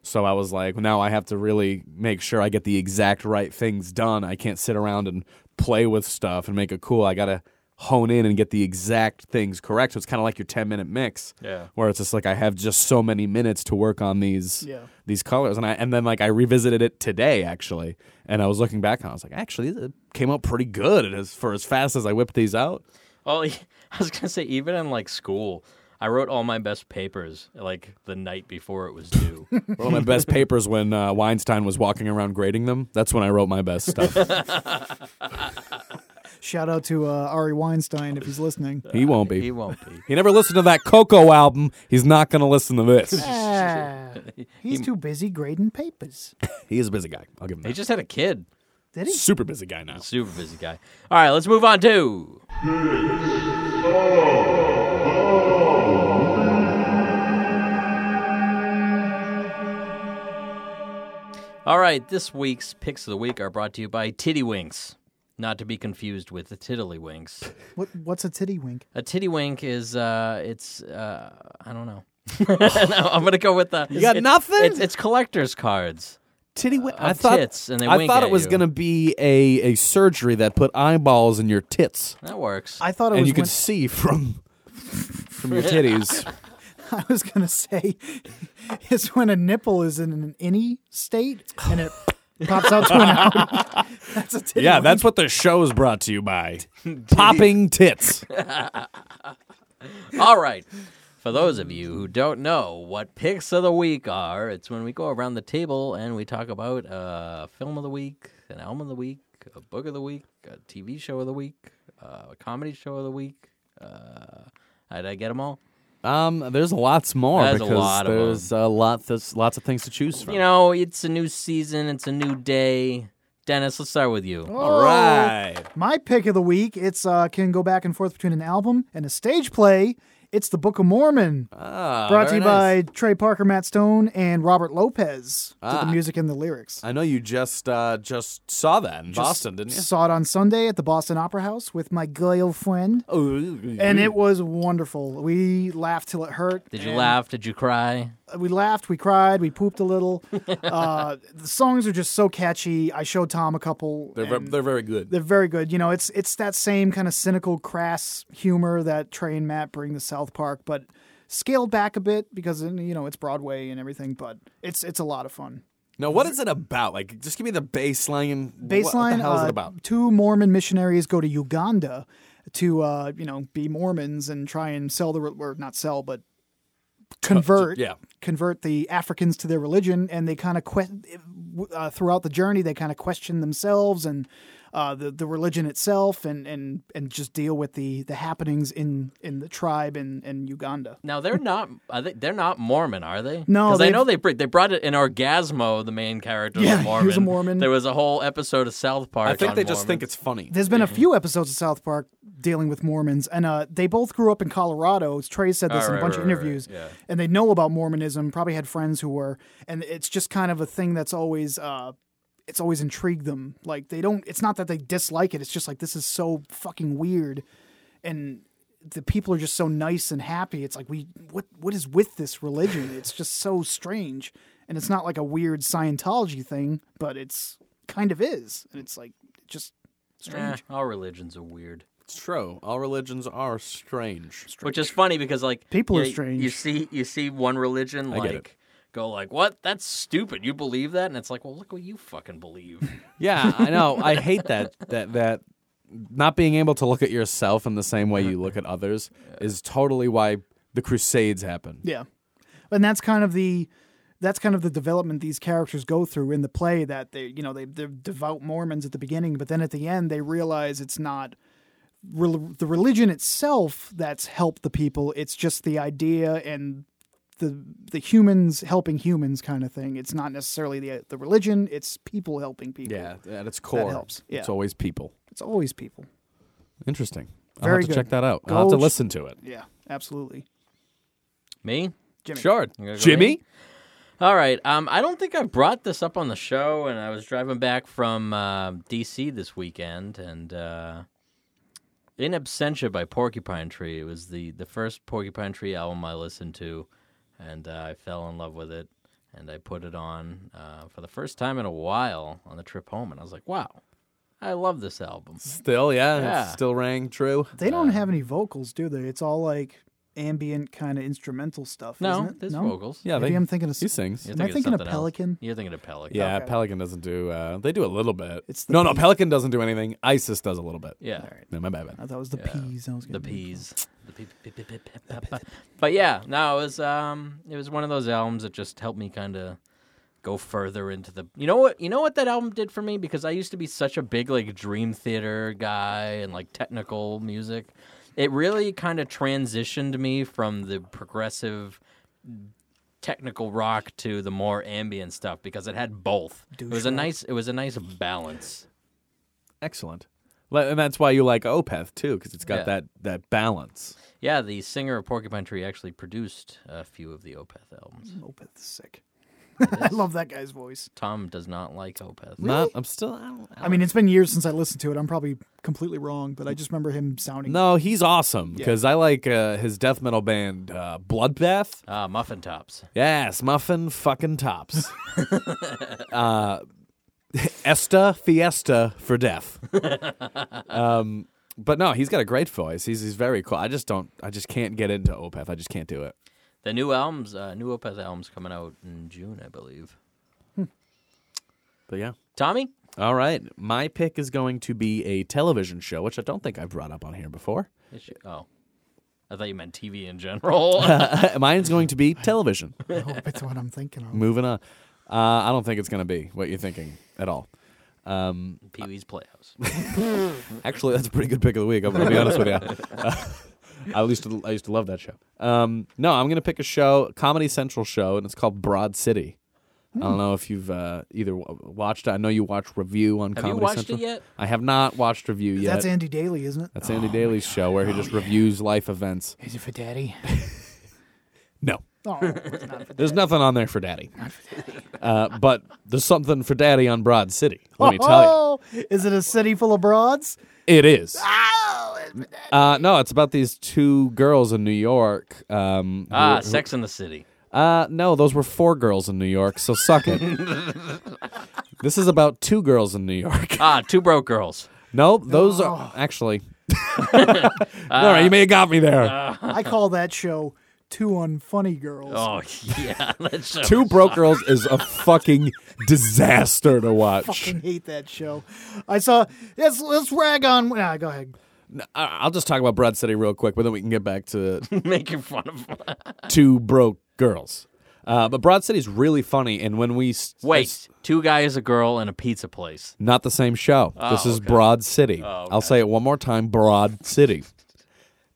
A: So I was like, now I have to really make sure I get the exact right things done. I can't sit around and play with stuff and make it cool. I got to hone in and get the exact things correct. So it's kind of like your 10 minute mix.
C: Yeah.
A: Where it's just like I have just so many minutes to work on these
D: Yeah.
A: these colors and I and then like I revisited it today actually and I was looking back and I was like actually it came out pretty good as for as fast as I whipped these out.
C: Well, I was gonna say even in like school, I wrote all my best papers like the night before it was due.
A: One of my best papers when uh, Weinstein was walking around grading them. That's when I wrote my best stuff.
D: Shout out to uh, Ari Weinstein if he's listening.
A: He won't
C: he
A: be.
C: won't be.
A: He never listened to that Coco album. He's not going to listen to this.
D: Ah, he's too busy grading papers.
A: He is a busy guy. I'll give him
C: He
A: that.
C: just had a kid.
D: Did he?
A: Super busy guy now.
C: Super busy guy. All right, let's move on to. All right, this week's picks of the week are brought to you by Titty Winks, not to be confused with the Tiddlywinks.
D: What, what's a titty wink?
C: A titty wink is uh, it's uh, I don't know. No, I'm gonna go with the. You
A: got nothing?
C: It's, it's collectors cards.
A: Titty wink.
C: Uh, tits, and they
A: I
C: wink
A: thought
C: at
A: it was
C: you.
A: going to be a, a surgery that put eyeballs in your tits.
C: That works.
D: I thought it
A: and
D: was
A: you
D: when
A: could see from from your titties.
D: I was gonna say it's when a nipple is in an innie state and it pops out to an out. That's a titty.
A: yeah,
D: wink.
A: that's what the show's brought to you by. Popping tits.
C: All right. For those of you who don't know what picks of the week are, it's when we go around the table and we talk about a film of the week, an album of the week, a book of the week, a TV show of the week, uh, a comedy show of the week. Uh, did I get them all?
A: Um, there's lots more
C: There's a
A: because
C: lot of
A: there's a lot there's lots of things to choose from.
C: You know, it's a new season, it's a new day. Dennis, let's start with you.
A: All right.
D: My pick of the week. It's uh, can go back and forth between an album and a stage play. It's the Book of Mormon,
A: Ah,
D: brought to
A: very
D: you
A: nice.
D: by Trey Parker, Matt Stone, and Robert Lopez. Did
A: Ah.
D: the music and the lyrics.
A: I know you just uh, just saw that in Boston, didn't you?
D: Saw it on Sunday at the Boston Opera House with my girlfriend,
A: Oh,
D: and it was wonderful. We laughed till it hurt.
C: Did you
D: and-
C: laugh? Did you cry?
D: we laughed, we cried, we pooped a little. uh, the songs are just so catchy. I showed Tom a couple.
A: they're, ve-
D: and
A: they're very good.
D: they're very good. You know, it's it's that same kind of cynical, crass humor that Trey and Matt bring to South Park, but scaled back a bit because you know it's Broadway and everything. But it's it's a lot of fun.
A: Now, what is it about? Like, just give me the baseline. and wh- What the
D: Baseline:
A: hell is
D: uh,
A: it about?
D: Two Mormon missionaries go to Uganda to uh, you know be Mormons and try and sell the re- or not sell, but convert
A: yeah.
D: convert the Africans to their religion, and they kind of que- uh, throughout the journey they kind of question themselves and uh, the the religion itself, and and and just deal with the the happenings in in the tribe in in Uganda.
C: Now they're not. Are they, they're not Mormon, are they?
D: No,
C: because I
D: they've-
C: know they br- they brought it in Orgasmo. The main character
D: Yeah,
C: was a
D: he was
C: Mormon.
D: a Mormon.
C: There was a whole episode of South Park.
A: I think
C: on
A: they just think it's
C: Mormons.
A: funny.
D: There's been a few episodes of South Park dealing with Mormons, and uh, they both grew up in Colorado. Trey said this
C: Oh,
D: in a
C: right,
D: bunch
C: right,
D: of
C: right, right,
D: interviews,
C: yeah.
D: and they know about Mormonism. Probably had friends who were, and it's just kind of a thing that's always, uh, it's always intrigued them. Like they don't. It's not that they dislike it. It's just like this is so fucking weird, and the people are just so nice and happy. It's like we what what is with this religion? It's just so strange, and it's not like a weird Scientology thing, but it's kind of is, and it's like just.
C: Eh, all religions are weird.
A: It's true. All religions are strange.
C: Which is funny because like
D: People are
C: you- You
D: strange.
C: see, you see one religion
A: I get it.
C: like go like, "What? That's stupid. You believe that?" And it's like, "Well, look what you fucking believe."
A: Yeah, I know. I hate that that that not being able to look at yourself in the same way you look at others is totally why the Crusades happened.
D: Yeah. And that's kind of the that's kind of the development these characters go through in the play that they you know they they're devout Mormons at the beginning, but then at the end they realize it's not rel the religion itself that's helped the people. It's just the idea and the the humans helping humans kind of thing. It's not necessarily the the religion. It's people helping people.
A: Yeah, at its core,
D: helps, yeah.
A: it's always people.
D: it's always people.
A: Interesting. I'll
D: Very
A: have to
D: good.
A: check that out. I'll have
D: Go
A: to
D: ch-
A: listen to it.
D: Yeah, absolutely.
C: Me?
D: Jimmy.
A: Sure,
C: go
A: Jimmy.
C: All right. Um, I don't think I brought this up on the show, and I was driving back from uh, DC this weekend, and uh, "In Absentia" by Porcupine Tree it was the the first Porcupine Tree album I listened to, and uh, I fell in love with it, and I put it on uh, for the first time in a while on the trip home, and I was like, "Wow, I love this album."
A: Still, yeah, it
C: Yeah.
A: still rang true.
D: They don't
C: Uh,
D: have any vocals, do they? It's all like ambient kind of instrumental stuff.
C: No,
D: isn't it?
C: there's
D: no?
C: vocals.
A: Yeah,
D: Maybe
A: they,
D: I'm thinking of
A: he sings.
C: You're
D: Am I thinking of
C: something else.
D: Pelican?
C: You're thinking of Pelican.
A: Yeah,
D: Okay.
A: Pelican doesn't do. Uh, they do a little bit.
D: It's the
A: no, no,
D: peas.
A: Pelican doesn't do anything. ISIS does a little bit.
C: Yeah.
A: No, my bad.
D: I thought it was Uh, the peas. I was
C: The
D: gonna-
C: peas. The peep- peep- peep- peep- peep- peep- peep. But yeah, no, it was um, it was one of those albums that just helped me kind of go further into the. You know what? You know what that album did for me because I used to be such a big like Dream Theater guy and like technical music. It really kind of transitioned me from the progressive technical rock to the more ambient stuff because it had both. it was a nice it was a nice balance.
A: Excellent. Le- And that's why you like Opeth too, because it's got
C: Yeah.
A: that that balance.
C: Yeah, the singer of Porcupine Tree actually produced a few of the Opeth albums.
D: Opeth is sick. I love that guy's voice.
C: Tom does not like Opeth.
A: Not, I'm still. I don't, I
D: I mean, it's been years since I listened to it. I'm probably completely wrong, but I just remember him sounding.
A: no, he's awesome because I like uh, his death metal band uh, Bloodbath.
C: Ah, Muffin Tops.
A: Yes, muffin fucking tops. uh, Esta fiesta for death. um, but no, he's got a great voice. He's he's very cool. I just don't. I just can't get into Opeth. I just can't do it.
C: The new albums, uh, new Opeth albums coming out in June, I believe.
A: But yeah.
C: Tommy,
A: All right, my pick is going to be a television show, which I don't think I've brought up on here before.
C: Is she- oh, I thought you meant TV in general.
A: Mine's going to be television.
D: I hope it's what I'm thinking of.
A: Moving on. Uh, I don't think it's going to be what you're thinking at all. Um,
C: Pee Wee's Playhouse. All
A: Actually, that's a pretty good pick of the week. I'm going to be honest with you. Uh, I used to I used to love that show. Um, no, I'm going to pick a show, a Comedy Central show, and it's called Broad City. I don't know if you've uh, either w- watched. it. I know you watch Review on
C: Have you
A: Comedy
C: watched it
A: Central.
C: yet?
A: I have not watched Review yet.
D: That's Andy Daly, isn't it?
A: That's Andy Daly's show where he just reviews life events.
D: Is it for Daddy?
A: No,
D: Oh, it's not for
A: there's nothing on there for Daddy. Uh, but there's something for Daddy on Broad City. Let me tell
D: you. Is it a city full of broads?
A: you, it is.
D: Oh, it's for Daddy.
A: Uh, no, it's about these two girls in New York. Um, who-
C: Ah,
A: who-
C: Sex in the City.
A: Uh, no, those were four girls in New York, so suck it. this is about two girls in New York.
C: Ah, Two Broke Girls.
A: No, those are actually. All right, you may have got me there.
D: I call that show Two Unfunny Girls.
C: Oh yeah, that show.
A: two broke girls is a fucking disaster to watch.
D: fucking hate that show. I saw let's let's rag on. Nah, go ahead.
A: I- I'll just talk about Broad City real quick, but then we can get back to
C: making fun of.
A: two broke girls. Uh, but Broad City's really funny, and when we s-
C: Wait, two guys, a girl, and a pizza place.
A: Not the same show. this is Broad City. I'll say it one more time, Broad City.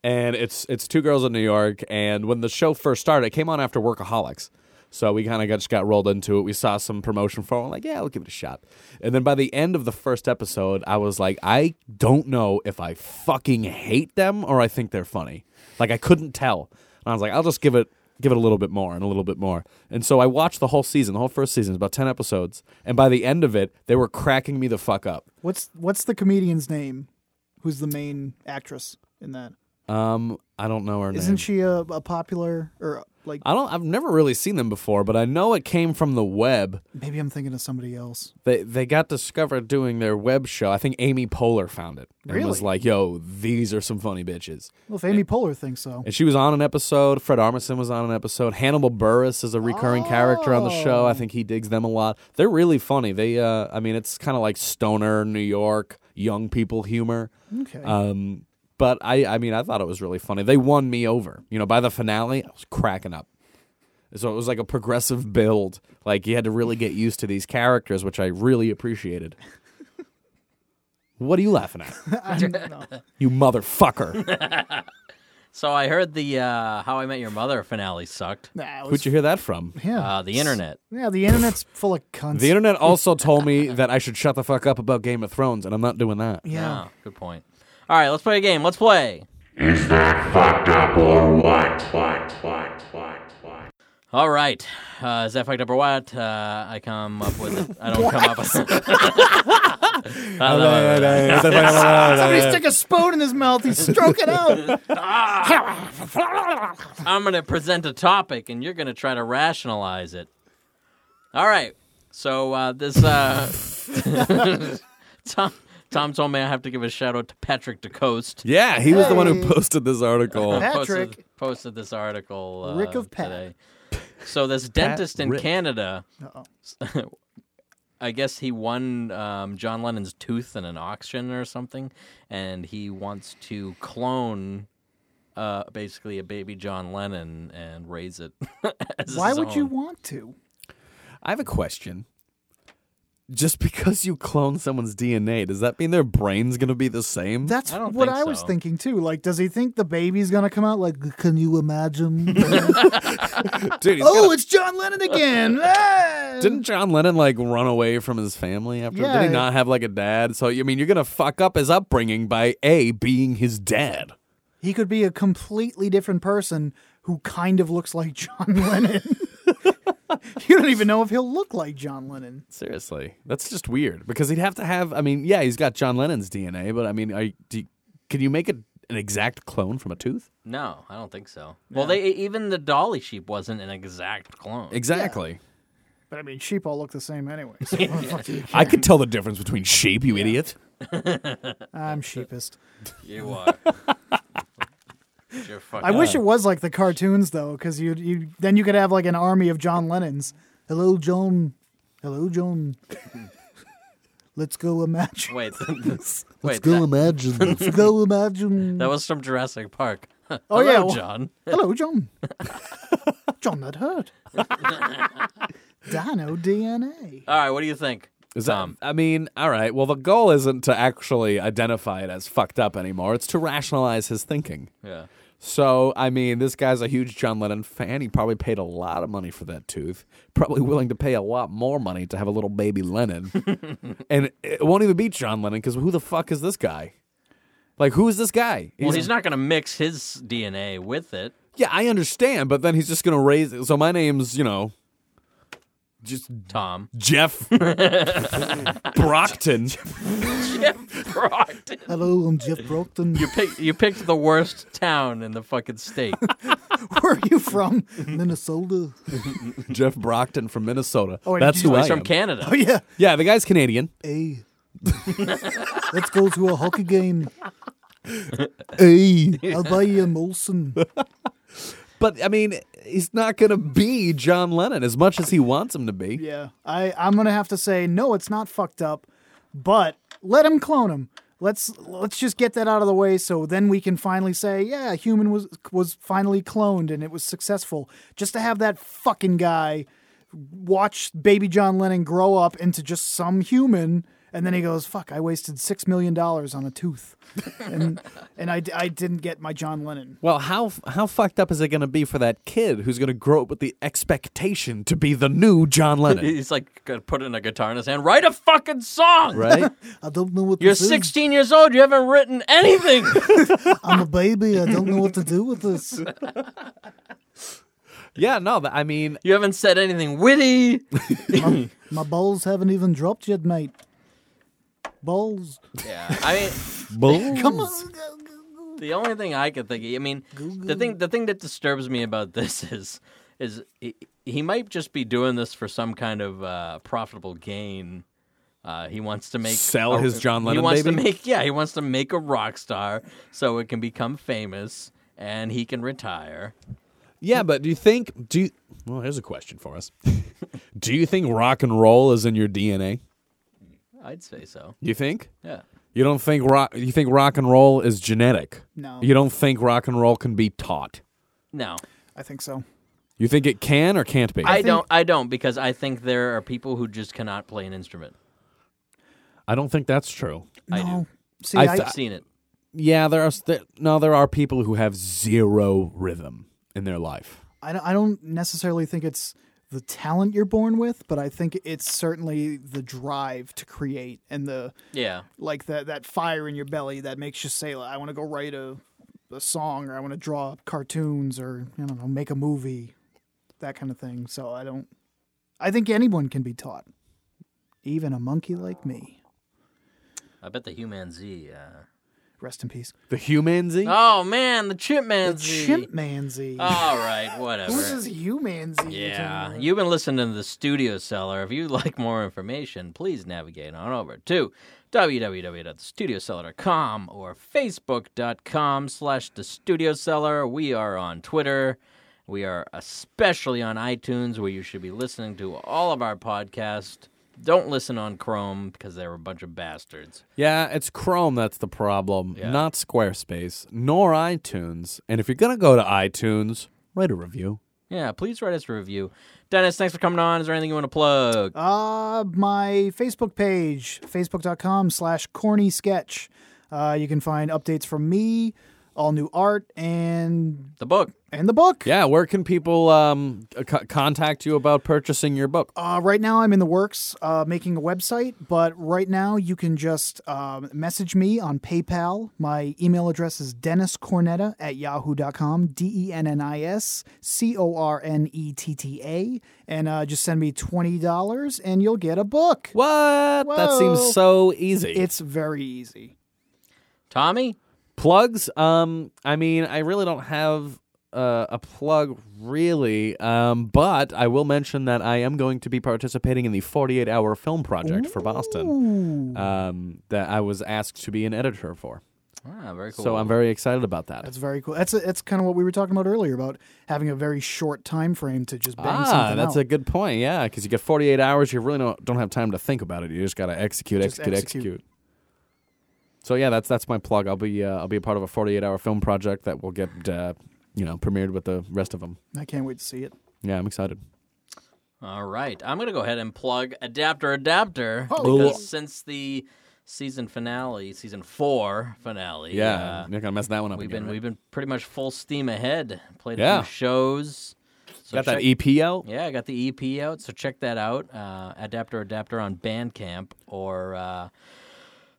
A: And it's it's two girls in New York and when the show first started, it came on after Workaholics. So we kind of got, just got rolled into it. We saw some promotion for it. We're like, yeah, we'll give it a shot. And then by the end of the first episode, I was like, I don't know if I fucking hate them or I think they're funny. Like I couldn't tell. And I was like, I'll just give it give it a little bit more and a little bit more. And so I watched the whole season, the whole first season, it's about 10 episodes. And by the end of it, they were cracking me the fuck up.
D: What's what's the comedian's name? Who's the main actress in that?
A: Um, I don't know her name. Uh,
D: Isn't she a, a popular or like
A: I don't I've never really seen them before, but I know it came from the web.
D: maybe I'm thinking of somebody else?
A: They they got discovered doing their web show. I think Amy Poehler found it and was
D: Really?
A: like, "Yo, these are some funny bitches."
D: Well, if Amy Poehler thinks so,
A: And she was on an episode. Fred Armisen was on an episode. Hannibal Burris is a recurring character on the show. I think he digs them a lot. They're really funny. They, uh, I mean, it's kind of like stoner New York young people humor.
D: okay.
A: Um, but I, I mean, I thought it was really funny. They won me over. You know, by the finale, I was cracking up. So it was like a progressive build. Like you had to really get used to these characters, which I really appreciated. what are you laughing at,
D: I don't know.
A: you motherfucker?
C: So I heard the uh, How I Met Your Mother finale sucked.
D: Nah, it was-
A: Who'd you hear that from?
D: yeah,
C: Uh, the internet.
D: yeah. The internet's full of cunts.
A: The internet also told me that I should shut the fuck up about Game of Thrones, and I'm not doing that.
D: yeah,
C: Ah, good point. All right, let's play a game. Let's play.
B: Is that fucked up or what? What? What? What? What?
C: All right. Uh, is that fucked up or what? Uh, I come up with it. I don't come up with
A: Oh,
D: somebody stick a spoon in his mouth. He's stroking out.
C: I'm going to present a topic and you're going to try to rationalize it. All right. So uh, this uh, Tom Tom told me I have to give a shout out to Patrick DeCoste.
A: Yeah, he was the one who posted this article.
D: Patrick.
C: posted, posted this article. Uh,
D: Rick of Pat.
C: today. So this dentist in
A: Rick.
C: Canada,
D: Uh-oh.
C: I guess he won um, John Lennon's tooth in an auction or something, and he wants to clone uh, basically a baby John Lennon and raise it. as
D: Why
C: his
D: would you
C: own.
D: want to?
A: I have a question. Just because you clone someone's DNA, does that mean their brain's going to be the same?
D: That's
C: I don't
D: what
C: think
D: I was
C: so.
D: thinking too. Like, does he think the baby's gonna come out? Like, can you imagine?
A: Dude, he's
D: oh,
A: gonna-
D: it's John Lennon again. Ah!
A: didn't John Lennon like run away from his family after?
D: Yeah,
A: did he
D: I-
A: not have like a dad? So I mean, you're going to fuck up his upbringing by a being his dad.
D: he could be a completely different person who kind of looks like John Lennon. you don't even know if he'll look like John Lennon.
A: Seriously, that's just weird because he'd have to have. I mean, yeah, he's got John Lennon's DNA, but I mean, are you, do you- can you make a, an exact clone from a tooth?
C: No, I don't think so. Well, they e, even the dolly sheep wasn't an exact clone.
A: Exactly.
D: But I mean, sheep all look the same anyway. So what the fuck do you care?
A: I could tell the difference between sheep, you idiot.
D: I'm sheepest.
C: You are. You're fucking
D: I wish it was like the cartoons though, because you you then you could have like an army of John Lennons. Hello, John. Hello, John. Let's go imagine.
C: Wait, wait.
D: Go
C: That,
D: imagine. Let's go imagine.
C: that was from Jurassic Park. oh
D: yeah, well-
C: John.
D: Hello, John. John, that hurt. Dino DNA.
C: All right, what do you think?
A: Is that,
C: Tom,
A: Um, I mean, all right. Well, the goal isn't to actually identify it as fucked up anymore. It's to rationalize his thinking.
C: yeah.
A: So, I mean, this guy's a huge John Lennon fan. He probably paid a lot of money for that tooth. Probably willing to pay a lot more money to have a little baby Lennon. and it won't even be John Lennon because who the fuck is this guy? Like, who is this guy?
C: Well, he's not going to mix his DNA with it.
A: Yeah, I understand, but then he's just gonna raise. it. So my name's, you know, just
C: Tom.
A: Jeff Brockton.
C: Brockton.
D: Hello, I'm Jeff Brockton.
C: You picked, you picked the worst town in the fucking state.
D: Where are you from? Minnesota.
A: Jeff Brockton from Minnesota.
D: Oh, and
A: That's
D: he's
A: who I
C: He's
A: am.
C: from Canada.
D: Oh yeah.
A: yeah, the guy's Canadian.
D: Hey. Let's go to a hockey game.
A: Hey.
D: I'll buy you a Molson.
A: But I mean, he's not gonna be John Lennon as much as he wants him to be.
D: Yeah. I, I'm gonna have to say, no, it's not fucked up, but let him clone him. Let's let's just get that out of the way so then we can finally say, yeah, a human was was finally cloned and it was successful. Just to have that fucking guy watch baby John Lennon grow up into just some human and then he goes, fuck, I wasted six million dollars on a tooth. and and I, d- I didn't get my John Lennon.
A: Well, how how fucked up is it gonna be for that kid who's gonna grow up with the expectation to be the new John Lennon?
C: He's like, gonna put in a guitar in his hand. Write a fucking song.
A: right?
D: I don't know what
C: You're
D: this is.
C: 16 years old. You haven't written anything.
D: I'm a baby. I don't know what to do with this.
A: Yeah, no, but I mean,
C: you haven't said anything witty.
D: My balls haven't even dropped yet, mate. Balls.
C: Yeah, I mean.
A: come on.
C: The only thing I could think, of, I mean, the thing the thing that disturbs me about this is is he, he might just be doing this for some kind of uh, profitable gain. Uh, he wants to make
A: Sell
C: a-
A: his John
C: He
A: Lennon
C: wants
A: baby?
C: to make yeah, he wants to make a rock star so it can become famous and he can retire.
A: Yeah, but do you think do you, well? Here's a question for us. do you think rock and roll is in your DNA?
C: I'd say so.
A: You think
C: Yeah.
A: you don't think rock? You think rock and roll is genetic?
D: No.
A: You don't think rock and roll can be taught?
C: No,
D: I think so.
A: You think it can or can't be?
C: I, don't. I don't because I think there are people who just cannot play an instrument.
A: I don't think that's true.
C: I do.
D: See,
A: I
D: I,
A: th-
C: I've seen it.
A: Yeah, there are s- there, no, there are people who have zero rhythm in their life.
D: I, don't- I don't necessarily think it's the talent you're born with, but I think it's certainly the drive to create and the
C: Yeah.
D: like that that fire in your belly that makes you say, like, "I want to go write a a song," or "I want to draw cartoons," or I don't know, make a movie, that kind of thing. So I don't. I think anyone can be taught, even a monkey like me.
C: I bet the human Z. Uh...
D: Rest in peace.
A: The humanzy?
C: Oh man, the chipman Z.
D: Chimpanzee.
C: All Uh, right, whatever.
D: Who's this humanzee? you're
C: yeah,
D: talking about?
C: you've been listening to the Studio Seller. If you'd like more information, please navigate on over to www.thestudioseller.com or facebook.com slash the studio seller. We are on Twitter. We are especially on iTunes, where you should be listening to all of our podcasts. Don't listen on Chrome because they're a bunch of bastards.
A: Yeah, it's Chrome that's the problem, not Squarespace, nor iTunes. And if you're going to go to iTunes, write a review.
C: Yeah, please write us a review. Dennis, thanks for coming on. Is there anything you want to plug?
D: Uh, my Facebook page, facebook.com slash corny sketch. Uh, you can find updates from me, all new art, and
C: the book.
D: and the book.
A: Yeah, where can people um, c- contact you about purchasing your book?
D: Uh, right now, I'm in the works uh, making a website, but right now you can just um, message me on PayPal. My email address is denniscornetta at yahoo.com, D E N N I S C O R N E T T A. And uh, just send me $20 and you'll get a book.
A: What? That
D: Whoa.
A: seems so easy.
D: It's very easy.
C: Tommy?
A: plugs um i mean i really don't have uh, a plug really um but i will mention that i am going to be participating in the 48 hour film project for boston um that i was asked to be an editor for
C: Ah, very cool.
A: so i'm very excited about that
D: That's very cool. That's that's kind of what we were talking about earlier about having a very short time frame to just bang
A: Ah,
D: something
A: that's
D: out.
A: a good point. Yeah, because you get 48 hours. You really don't, don't have time to think about it. You just got to execute,
D: Just
A: execute,
D: execute.
A: execute, So yeah, that's that's my plug. I'll be uh, I'll be a part of a 48 hour film project that will get uh, you know premiered with the rest of them.
D: I can't wait to see it.
A: Yeah, I'm excited.
C: All right. I'm going to go ahead and plug Adapter Adapter
A: Oh.
C: because since the season finale, season 4 finale,
A: Yeah,
C: uh,
A: you're not gonna mess that one up.
C: we've
A: again,
C: been
A: right?
C: we've been pretty much full steam ahead. Played a
A: Yeah.
C: few shows. So
A: got that E
C: check-
A: EP out.
C: Yeah, I got the EP out, so check that out. Uh, adapter Adapter on Bandcamp or uh,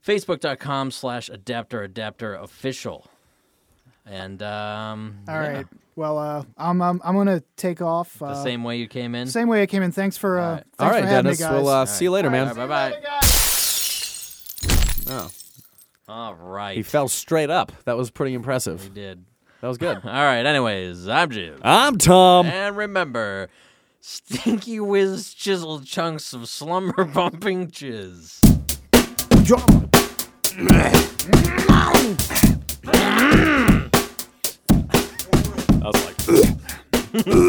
C: Facebook.com slash Adapter Adapter Official. And um,
D: All
C: yeah,
D: right. Well, uh, I'm, I'm I'm gonna take off. Uh,
C: the same way you came in.
D: same way I came in. Thanks for uh, thanks
A: All right,
D: for having
A: Dennis.
D: me, guys.
A: We'll uh, see you later, man.
C: Bye bye.
A: Oh,
C: All right.
A: he fell straight up. That was pretty impressive.
C: did.
A: That was good.
C: All right. Anyways, I'm Jim.
A: I'm Tom.
C: and remember, stinky whiz chiseled chunks of slumber bumping chiz.
A: I was like,